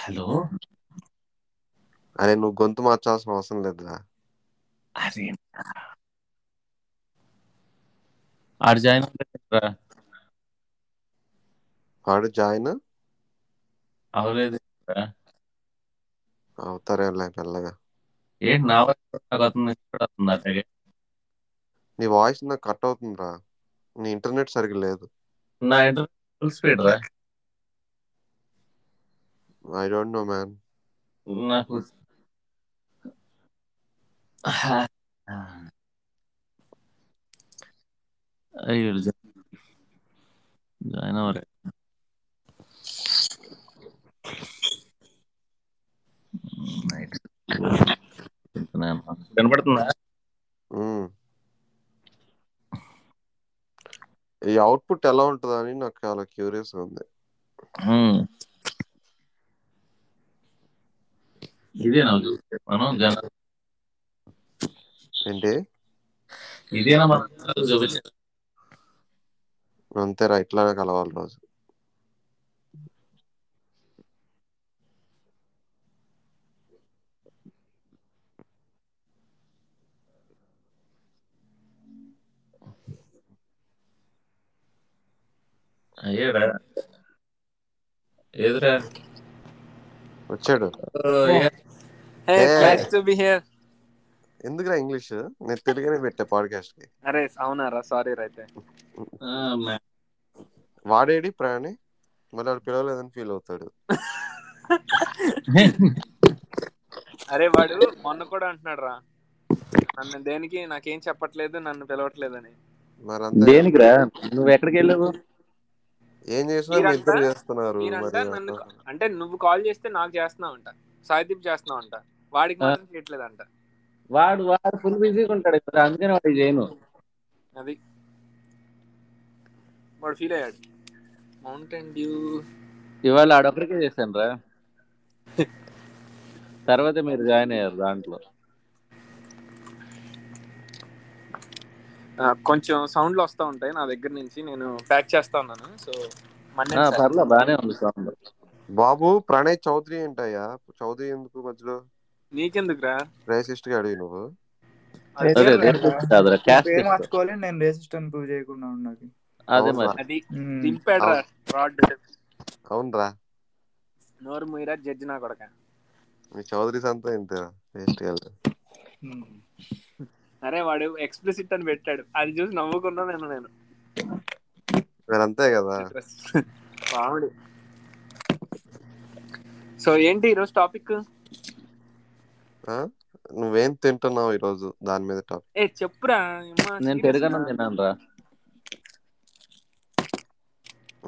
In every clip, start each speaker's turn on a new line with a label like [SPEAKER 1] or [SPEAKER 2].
[SPEAKER 1] Hello
[SPEAKER 2] అరే నువ్వు గొంతు మార్చాల్సిన అవసరం లేదురా
[SPEAKER 1] అరే ఆడు జాయిన్ అవ్వలేదురా
[SPEAKER 2] వాడు జాయిన్
[SPEAKER 1] అవ్వలేదు
[SPEAKER 2] అవుతారేలే మెల్లగా
[SPEAKER 1] ఏంటి నా వరకు నాకు అతను ఇక్కడ వస్తుంది అట్లాగే
[SPEAKER 2] నీ వాయిస్ నాకు కట్ అవుతుందిరా నీ ఇంటర్నెట్ సరిగ్గా లేదు
[SPEAKER 1] నా ఇంటర్ ఫుల్ స్పీడ్ రా
[SPEAKER 2] ఐ డోంట్ నో మ్యాన్
[SPEAKER 1] నాకు అయ్యో జాయిన్ అవ్వరే కనపడుతుందా
[SPEAKER 2] ఈ అవుట్పుట్ ఎలా ఉంటుందని నాకు చాలా క్యూరియస్ ఉంది
[SPEAKER 1] ఉమ్. ఇదేనా చూస్తే మనం జనం
[SPEAKER 2] ఏంటి
[SPEAKER 1] ఇదేనా మనం చూపించే
[SPEAKER 2] అంతేరా ఇట్లానే కలవాలి రోజు
[SPEAKER 1] అయ్యాడా ఎదురా
[SPEAKER 2] వచ్చాడు
[SPEAKER 3] Hey,
[SPEAKER 2] Hey.
[SPEAKER 3] nice to be here.
[SPEAKER 2] ఎందుకురా ఇంగ్లీష్ నేను తెలుగునే పెట్టా పాడ్కాస్ట్ కి
[SPEAKER 3] అరే అవునారా సారీ రైతే
[SPEAKER 2] వాడేడి ప్రాణి మళ్ళీ వాడు పిలవలేదని ఫీల్ అవుతాడు
[SPEAKER 3] అరే వాడు మొన్న కూడా అంటున్నాడు రా నన్ను దేనికి నాకేం చెప్పట్లేదు నన్ను పిలవట్లేదని
[SPEAKER 2] మరి అంతే
[SPEAKER 1] దేనికిరా నువ్వు ఎక్కడికి వెళ్ళావు
[SPEAKER 2] ఏం చేసినా మీ
[SPEAKER 3] మీరంతా-
[SPEAKER 2] ఇద్దరు చేస్తున్నారు
[SPEAKER 3] మీరంతా నన్ను
[SPEAKER 2] మరి
[SPEAKER 3] అంటే నువ్వు కాల్ చేస్తే నాకు చేస్తున్నావు అంట సాయిదీప్ చేస్తున్నావు అంట వాడికి మాత్రం చేయట్లేదు అంట
[SPEAKER 1] వాడు వాడు ఫుల్ బిజీగా ఉంటాడు ఇక్కడ అందుకని వాడు చేయను
[SPEAKER 3] అది వాడు ఫీల్ అయ్యాడు మౌంటైన్ డ్యూ
[SPEAKER 1] ఇవాళ ఆడొక్కడికే చేశాను రా తర్వాత మీరు జాయిన్ అయ్యారు దాంట్లో
[SPEAKER 3] కొంచెం సౌండ్లు వస్తూ ఉంటాయి నా దగ్గర నుంచి నేను ప్యాక్ చేస్తా ఉన్నాను సో
[SPEAKER 1] ఆ,
[SPEAKER 3] మన్నే
[SPEAKER 1] పర్లే బానే ఉంది సౌండ్
[SPEAKER 2] బాబు ప్రణయ్ చౌదరి ఏంటయ్యా చౌదరి ఎందుకు మధ్యలో
[SPEAKER 3] నీకెందుకురా
[SPEAKER 2] రేసిస్ట్ గా అడిగి నువ్వు
[SPEAKER 4] అదే, అదే.
[SPEAKER 1] కాదురా క్యాస్ట్
[SPEAKER 4] పేరు మార్చుకోవాలి నేను రేసిస్ట్ అని ప్రూవ్ చేయకుండా ఉన్నాను
[SPEAKER 1] అదే మరి
[SPEAKER 3] అది
[SPEAKER 4] ఉమ్.
[SPEAKER 3] దింపాడు రా రాడ్
[SPEAKER 2] అవునరా
[SPEAKER 3] నోరు మీరా జడ్జి నా కొడక
[SPEAKER 2] మీ చౌదరి సంతా ఇంతేరా రేసిస్ట్ గా వెళ్తా.
[SPEAKER 4] ఉమ్.
[SPEAKER 3] అరే వాడు ఎక్స్ప్లిసిట్ అని పెట్టాడు అది చూసి నవ్వుకున్నా నేను నేను
[SPEAKER 2] మరి అంతే కదా
[SPEAKER 3] కామెడీ సో ఏంటి ఈరోజు టాపిక్
[SPEAKER 2] ఆ? నువ్వేం తింటున్నావు ఈ రోజు దాని మీద టాపిక్
[SPEAKER 3] ఏ చెప్పురా అమ్మా,
[SPEAKER 1] నేను
[SPEAKER 3] serious
[SPEAKER 1] పెరుగన్నం
[SPEAKER 3] నా?
[SPEAKER 1] తిన్నాను రా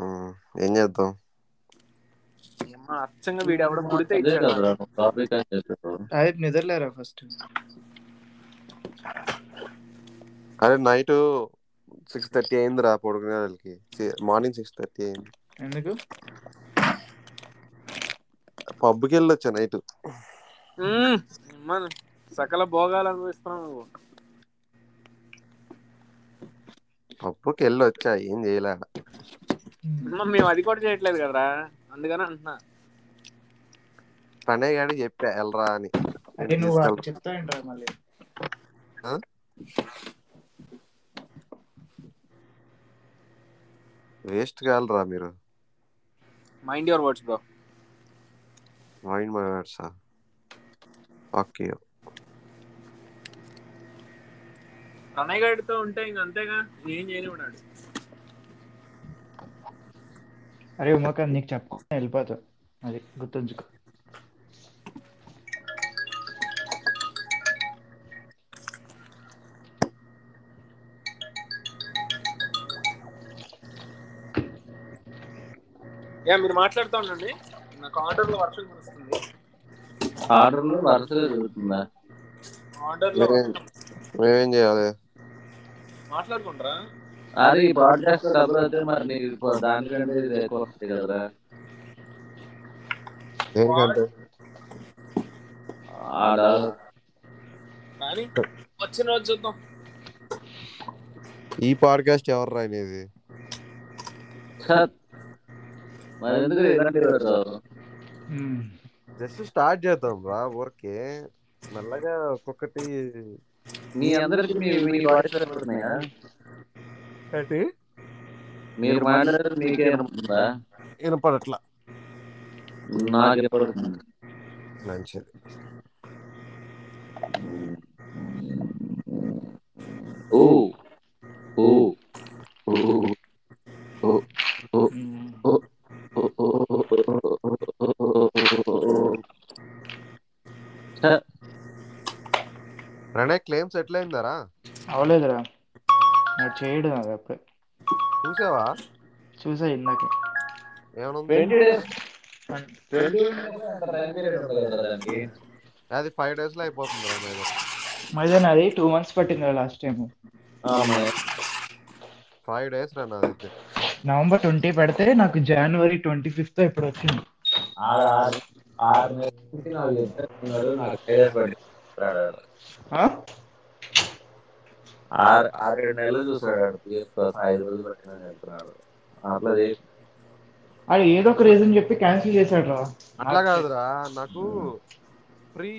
[SPEAKER 2] ఉమ్, ఏం చేద్దాం
[SPEAKER 3] అమ్మా, అచ్చంగా వీడు ఎవడ కుడితే
[SPEAKER 1] అదే
[SPEAKER 3] ఇచ్చాడు
[SPEAKER 1] కదరా నువ్వు టాపిక్ అని చెప్పావు
[SPEAKER 4] అదే నిద్రలేరా ఫస్ట్
[SPEAKER 2] అరే నైట్ సిక్స్ థర్టీ అయిందిరా పడుకునే వాళ్ళకి మార్నింగ్ సిక్స్ థర్టీ అయింది
[SPEAKER 4] ఎందుకు
[SPEAKER 2] పబ్కి వెళ్ళొచ్చా నైట్
[SPEAKER 3] ఉమ్, అమ్మా, సకల భోగాలు అనుభవిస్తున్నావు నువ్వు
[SPEAKER 2] పబ్కి వెళ్ళొచ్చా ఏం చేయలే
[SPEAKER 4] ఉమ్.
[SPEAKER 3] అమ్మా, మేము అది కూడా చేయట్లేదు కదరా అందుకని అంటున్నా
[SPEAKER 2] ప్రణయ్ గాడి చెప్పా వెళ్ళరా అని
[SPEAKER 4] అదే నువ్వు వాళ్ళకి చెప్తా ఏంట్రా మళ్ళీ
[SPEAKER 2] వేస్ట్ కాలరా మీరు
[SPEAKER 3] mind your words bro
[SPEAKER 2] mind మాట్లాడసా ఓకే
[SPEAKER 3] ప్రణయ్ గడితో ఉంటే ఇంక అంతేగా ఏం చేయనివాడు
[SPEAKER 4] అరే ఉమాక నీకు చెప్పకుండా వెళ్ళిపోతావు అది గుర్తుంచుకో
[SPEAKER 3] యా మీరు మాట్లాడుతూ ఉండండి నాకు ఆర్డర్ లో వర్షం కురుస్తుంది
[SPEAKER 1] ఆర్డర్లు వరుసగా జరుగుతుందా
[SPEAKER 3] ఆర్డర్ లో
[SPEAKER 2] మేమేం చేయాలి
[SPEAKER 3] మాట్లాడుకుంటారా
[SPEAKER 1] అరే ఈ పాడ్కాస్ట్ డబ్బులు అయితే మరి నీకు దానికంటే ఇది ఎక్కువ వస్తాయి కదరా
[SPEAKER 2] ఏంటంటే
[SPEAKER 1] ఆడ
[SPEAKER 3] కానీ వచ్చిన రోజు చూద్దాం
[SPEAKER 2] ఈ పాడ్కాస్ట్ ఎవరు అనేది
[SPEAKER 1] ఛ, మరి ఎందుకు ఇలాంటివి పెడతావు
[SPEAKER 4] ఉమ్.
[SPEAKER 2] జస్ట్ స్టార్ట్ చేద్దాం రా ఊరికే మెల్లగా ఒక్కొక్కటి
[SPEAKER 1] మీ అందరికి మీ మీ వాయిస్ వస్తున్నాయా మీరు మాట్లాడారు మీకే వినపడుతుందా
[SPEAKER 2] వినపడట్లా
[SPEAKER 1] నాకు వినపడుతుంది
[SPEAKER 2] మంచిది
[SPEAKER 1] ఓ ఓ ఓ ఓ ఓ
[SPEAKER 4] Hmm.
[SPEAKER 1] ఓ
[SPEAKER 2] ప్రణయ్ క్లెయిమ్స్ ఎట్లయిందరా
[SPEAKER 4] అవలేదురా నేను చేయడం అది అప్పుడే
[SPEAKER 2] చూసావా
[SPEAKER 4] చూసా ఇందాక
[SPEAKER 2] ఏమనుంది
[SPEAKER 1] ట్వంటీ డేస్ ట్వంటీ డేస్
[SPEAKER 2] అది ఫైవ్ డేస్ లో అయిపోతుంది రా మీద
[SPEAKER 4] మైదాన్ అది టూ మంత్స్ పట్టిందిరా లాస్ట్ టైం
[SPEAKER 2] ఫైవ్ డేస్ రా నాదైతే
[SPEAKER 4] నవంబర్ ట్వంటీ పెడితే నాకు జనవరి ట్వంటీ ఫిఫ్త్ ఇప్పుడు వచ్చింది
[SPEAKER 1] ఆరు
[SPEAKER 4] ఆ?
[SPEAKER 1] ఏడు నెలలు చూసాడు ఐదు రోజులు పట్టిన చెప్తున్నాడు అట్లా చేసి
[SPEAKER 4] అది ఏదో ఒక రీజన్ చెప్పి క్యాన్సిల్ చేశాడు రా
[SPEAKER 2] అట్లా కాదురా నాకు ఫ్రీ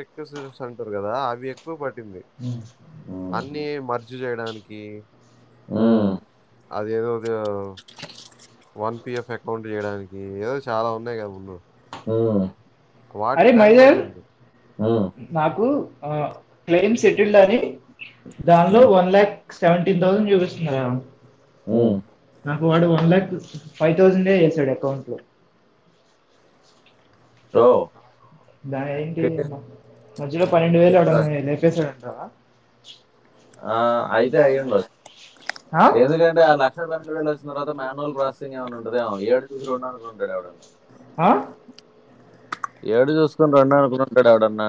[SPEAKER 2] రిక్వెస్ట్ అంటారు కదా అవి ఎక్కువ పట్టింది అన్ని మర్జ్ చేయడానికి అదేదో వన్ పిఎఫ్ అకౌంట్ చేయడానికి ఏదో చాలా ఉన్నాయి కదా ముందు వాటి
[SPEAKER 4] అరే మైదర్! నాకు క్లెయిమ్ సెటిల్డ్ అని దానిలో వన్ ల్యాక్ సెవెంటీన్ థౌసండ్ చూపిస్తున్నారు నాకు వాడు వన్ ల్యాక్ ఫైవ్ థౌసండ్ చేశాడు అకౌంట్ లో
[SPEAKER 1] సో
[SPEAKER 4] దాని ఏంటి మధ్యలో పన్నెండు వేలు ఆడ లేపేశాడు అంటావా
[SPEAKER 1] అయితే అయ్యి ఉండొచ్చు
[SPEAKER 4] ఆ?
[SPEAKER 1] ఎందుకంటే ఆ లక్ష లక్ష వేలు వచ్చిన తర్వాత మాన్యువల్ ప్రాసెసింగ్ ఏమైనా ఉంటుందేమో ఏడు చూసి రెండు అనుకుంటాడు ఎవడన్నా
[SPEAKER 4] ఆ?
[SPEAKER 1] ఏడు చూసుకుని రెండు అనుకుంటాడు ఎవడన్నా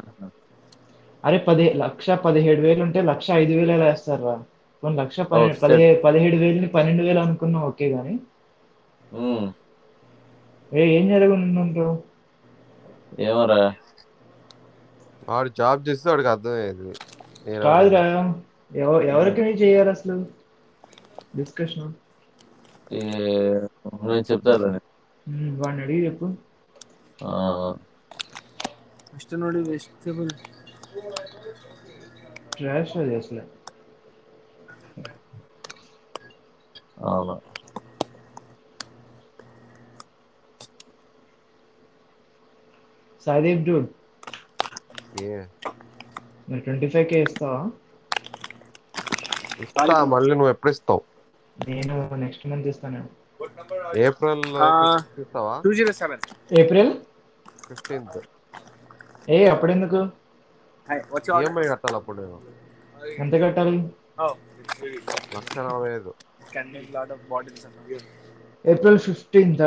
[SPEAKER 4] అరే పది లక్ష పదిహేడు వేలు ఉంటే లక్ష ఐదు వేలు ఎలా వేస్తారు రా కొన్ని లక్ష
[SPEAKER 1] Oh,
[SPEAKER 4] పదిహేడు
[SPEAKER 1] shit.
[SPEAKER 4] పదిహేడు పదిహేడు వేలుని పన్నెండు వేలు అనుకున్నా ఓకే గానీ
[SPEAKER 1] ఉమ్.
[SPEAKER 4] ఏ ఏం జరగనుంటావు
[SPEAKER 1] ఏమోరా
[SPEAKER 2] వాడు జాబ్ చేస్తే వాడికి అర్థమయ్యేది నేను-
[SPEAKER 4] కాదురా ఎవ- ఎవరికి నీ చేయాలి అసలు డిస్కషన్
[SPEAKER 1] ఈ నేను చెప్తాను
[SPEAKER 4] వాడిని అడిగి చెప్పు
[SPEAKER 1] ఆ,
[SPEAKER 3] ఫస్ట్ నోడి వెజిటబుల్
[SPEAKER 4] ట్రాష్ అది అసలు
[SPEAKER 1] అవును
[SPEAKER 4] సాయిదీప్ డూడ్
[SPEAKER 2] ఏ,
[SPEAKER 4] మరి ట్వంటీ ఫైవ్ కే ఇస్తావా
[SPEAKER 2] ఇస్తా మళ్ళీ నువ్వు ఎప్పుడు ఇస్తావు
[SPEAKER 4] నేను నెక్స్ట్ మంత్ ఇస్తాను
[SPEAKER 2] ఏప్రిల్
[SPEAKER 3] ఆ.
[SPEAKER 2] ఇస్తావా
[SPEAKER 3] two zero seven
[SPEAKER 4] April
[SPEAKER 2] fifteenth
[SPEAKER 4] ఏ అప్పుడెందుకు
[SPEAKER 3] వచ్చి
[SPEAKER 2] ఈఎంఐ కట్టాలి అప్పుడు నేను
[SPEAKER 4] ఎంత కట్టాలి
[SPEAKER 3] Oh.
[SPEAKER 2] లక్ష నలభై ఐదు
[SPEAKER 3] condense lot of bottles
[SPEAKER 4] April fifteenth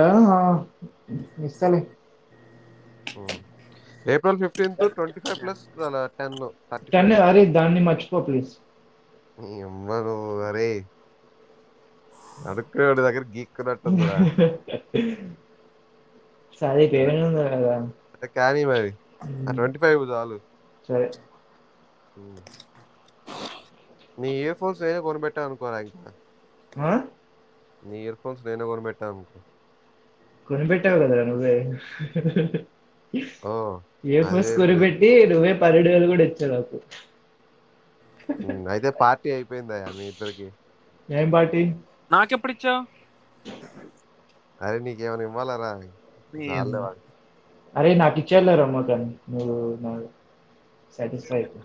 [SPEAKER 4] ఇస్తాలే
[SPEAKER 2] um. April fifteenth twenty five plus ten thirty
[SPEAKER 4] ten అరే దాన్ని మర్చిపో ప్లీజ్
[SPEAKER 2] ఇమ్మను అరే అడుక్కునేవాడి దగ్గర గీక్కున్నట్టుందిరా
[SPEAKER 4] సాయిదీప్ ఏమైనా ఉందా కదా
[SPEAKER 2] కానీ మరి ట్వంటీ ఫైవ్ చాలు
[SPEAKER 4] సరే
[SPEAKER 2] ఉమ్. నీ ఇయర్ ఫోన్స్ నేనే కొనిపెట్టాను అనుకోరా ఇంకా
[SPEAKER 4] ఆ?
[SPEAKER 2] నీ ఇయర్ ఫోన్స్ నేనే కొనిపెట్టాను అనుకో
[SPEAKER 4] కొనిపెట్టావు కదరా నువ్వే
[SPEAKER 2] ఓ
[SPEAKER 4] ఏ ఫోన్స్
[SPEAKER 2] అదే.
[SPEAKER 4] కొనిపెట్టి నువ్వే పన్నెండు వేలు కూడా ఇచ్చావు నాకు
[SPEAKER 2] ఉమ్, అయితే పార్టీ అయిపోయిందా మీ ఇద్దరికి
[SPEAKER 4] ఏం పార్టీ
[SPEAKER 3] నాకెప్పుడు ఇచ్చావు
[SPEAKER 2] అరే నీకేమైనా ఇవ్వాలరా చాలులే వాడు.
[SPEAKER 4] అరే నాకు ఇచ్చేయాలి రమ్మ కానీ నువ్వు నాకు సాటిస్ఫై అయిపో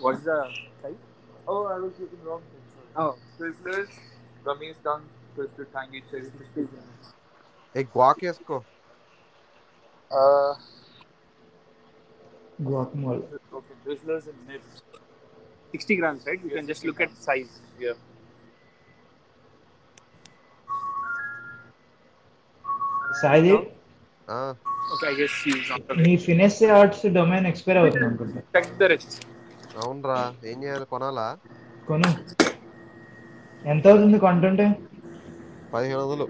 [SPEAKER 3] What's the size? Oh, I was looking wrong. Oh, Twizzlers, Gummy's Tongue, Twisted Tangy Cherry Twisted.
[SPEAKER 2] ఏ guac వేసుకో
[SPEAKER 3] Uh,
[SPEAKER 4] guacamole
[SPEAKER 3] okay, Twizzlers and Nips. 60 grams, right? You can just look at size. Yeah.
[SPEAKER 4] Saideep
[SPEAKER 2] ఆ,
[SPEAKER 3] Okay, I guess he's on the way.
[SPEAKER 4] నీ finesse arts domain expire అవుతుంది అనుకుంటా
[SPEAKER 3] Check the rest.
[SPEAKER 2] అవునరా ఏం చేయాలి కొనాలా
[SPEAKER 4] కొను ఎంత అవుతుంది కొంటుంటే
[SPEAKER 2] పదిహేను వందలు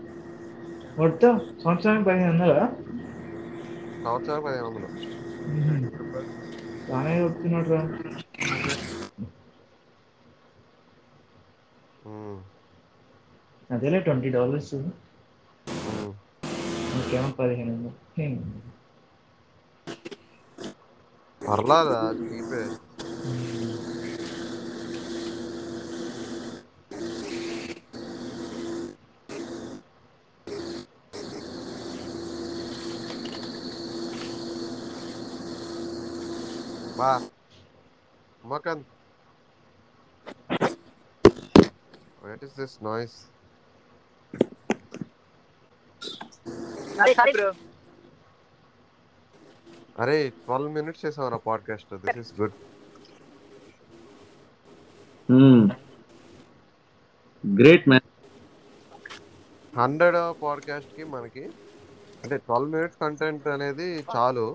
[SPEAKER 4] మొత్తం సంవత్సరానికి పదిహేను వందలా
[SPEAKER 2] సంవత్సరానికి పదిహేను వందలు
[SPEAKER 4] బాగానే చెప్తున్నాడు రా
[SPEAKER 2] ఉమ్.
[SPEAKER 4] అదేలే ట్వంటీ డాలర్స్ ఇంకేమో పదిహేను వందలు. హ్మ్.
[SPEAKER 2] పర్లాదా చీపే బా Umakant what is this noise అరే ట్వెల్వ్ మినిట్స్ చేసావరా podcast this is good
[SPEAKER 1] great man
[SPEAKER 2] hundred podcast కి మనకి అంటే ట్వెల్వ్ మినిట్స్ కంటెంట్ అనేది చాలు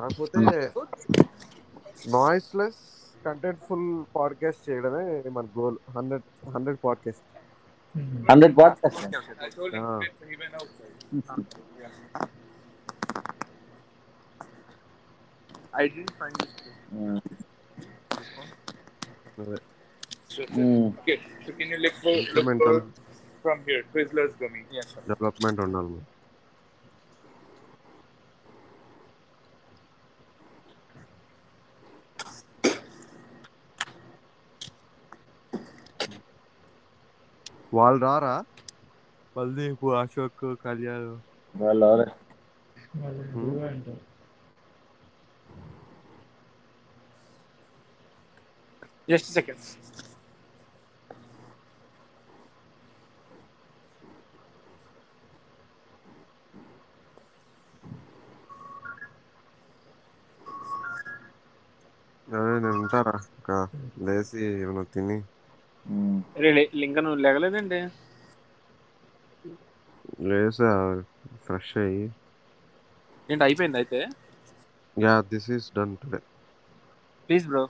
[SPEAKER 2] కాకపోతే నాయిస్లెస్ కంటెంట్ ఫుల్ పాడ్కాస్ట్ చేయడమే మన goal hundred hundred podcast
[SPEAKER 4] hmm.
[SPEAKER 1] Hundred pod
[SPEAKER 3] I told him
[SPEAKER 2] Ah.
[SPEAKER 3] he went outside. Yeah. I didn't find this.
[SPEAKER 1] Hmm.
[SPEAKER 3] So,
[SPEAKER 1] Hmm.
[SPEAKER 3] okay. So can you look for, look
[SPEAKER 2] implement
[SPEAKER 3] for from here? Twizzlers gummy. Yes. Sir.
[SPEAKER 2] Development ఉండాలి మరి. వాళ్ళు రారా కుల్దీప్ అశోక్ కళ్యాణ్
[SPEAKER 1] వాళ్ళు ఎవరు?
[SPEAKER 4] వాళ్ళు
[SPEAKER 2] హ్మ్.
[SPEAKER 4] ఎక్కువగా అంటారు.
[SPEAKER 3] Just a second.
[SPEAKER 2] అదే నేను ఉంటారా ఇంకా లేచి ఏమైనా తిని
[SPEAKER 1] మ్మ్.
[SPEAKER 3] రే లింక నువ్వు లేగలేదండి
[SPEAKER 2] లేసా ఫ్రెష్ అయ్యి
[SPEAKER 3] ఏంటి అయిపోయింది అయితే
[SPEAKER 2] yeah this is done today
[SPEAKER 3] please bro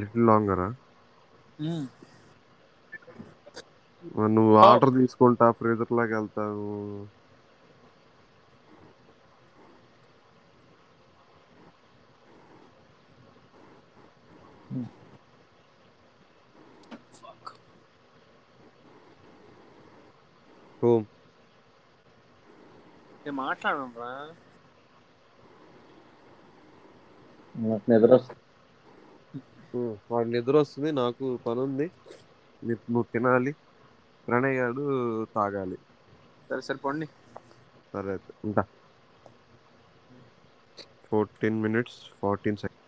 [SPEAKER 2] little లాంగరా
[SPEAKER 3] Hmm.
[SPEAKER 2] నువ్వు ఆర్డర్ తీసుకుంటా ఫ్రీజర్ లాగా వెళ్తావు హోమ్
[SPEAKER 3] నేను మాట్లాడరా
[SPEAKER 1] నాకు నిద్ర వస్తుంది.
[SPEAKER 2] వాడు నిద్ర వస్తుంది నాకు పని ఉంది మీరు నువ్వు తినాలి ప్రణయ్ గారు తాగాలి
[SPEAKER 3] సరే సరే పండి
[SPEAKER 2] సరే అయితే ఉంటా ఫోర్టీన్ మినిట్స్ ఫార్టీన్ సెకండ్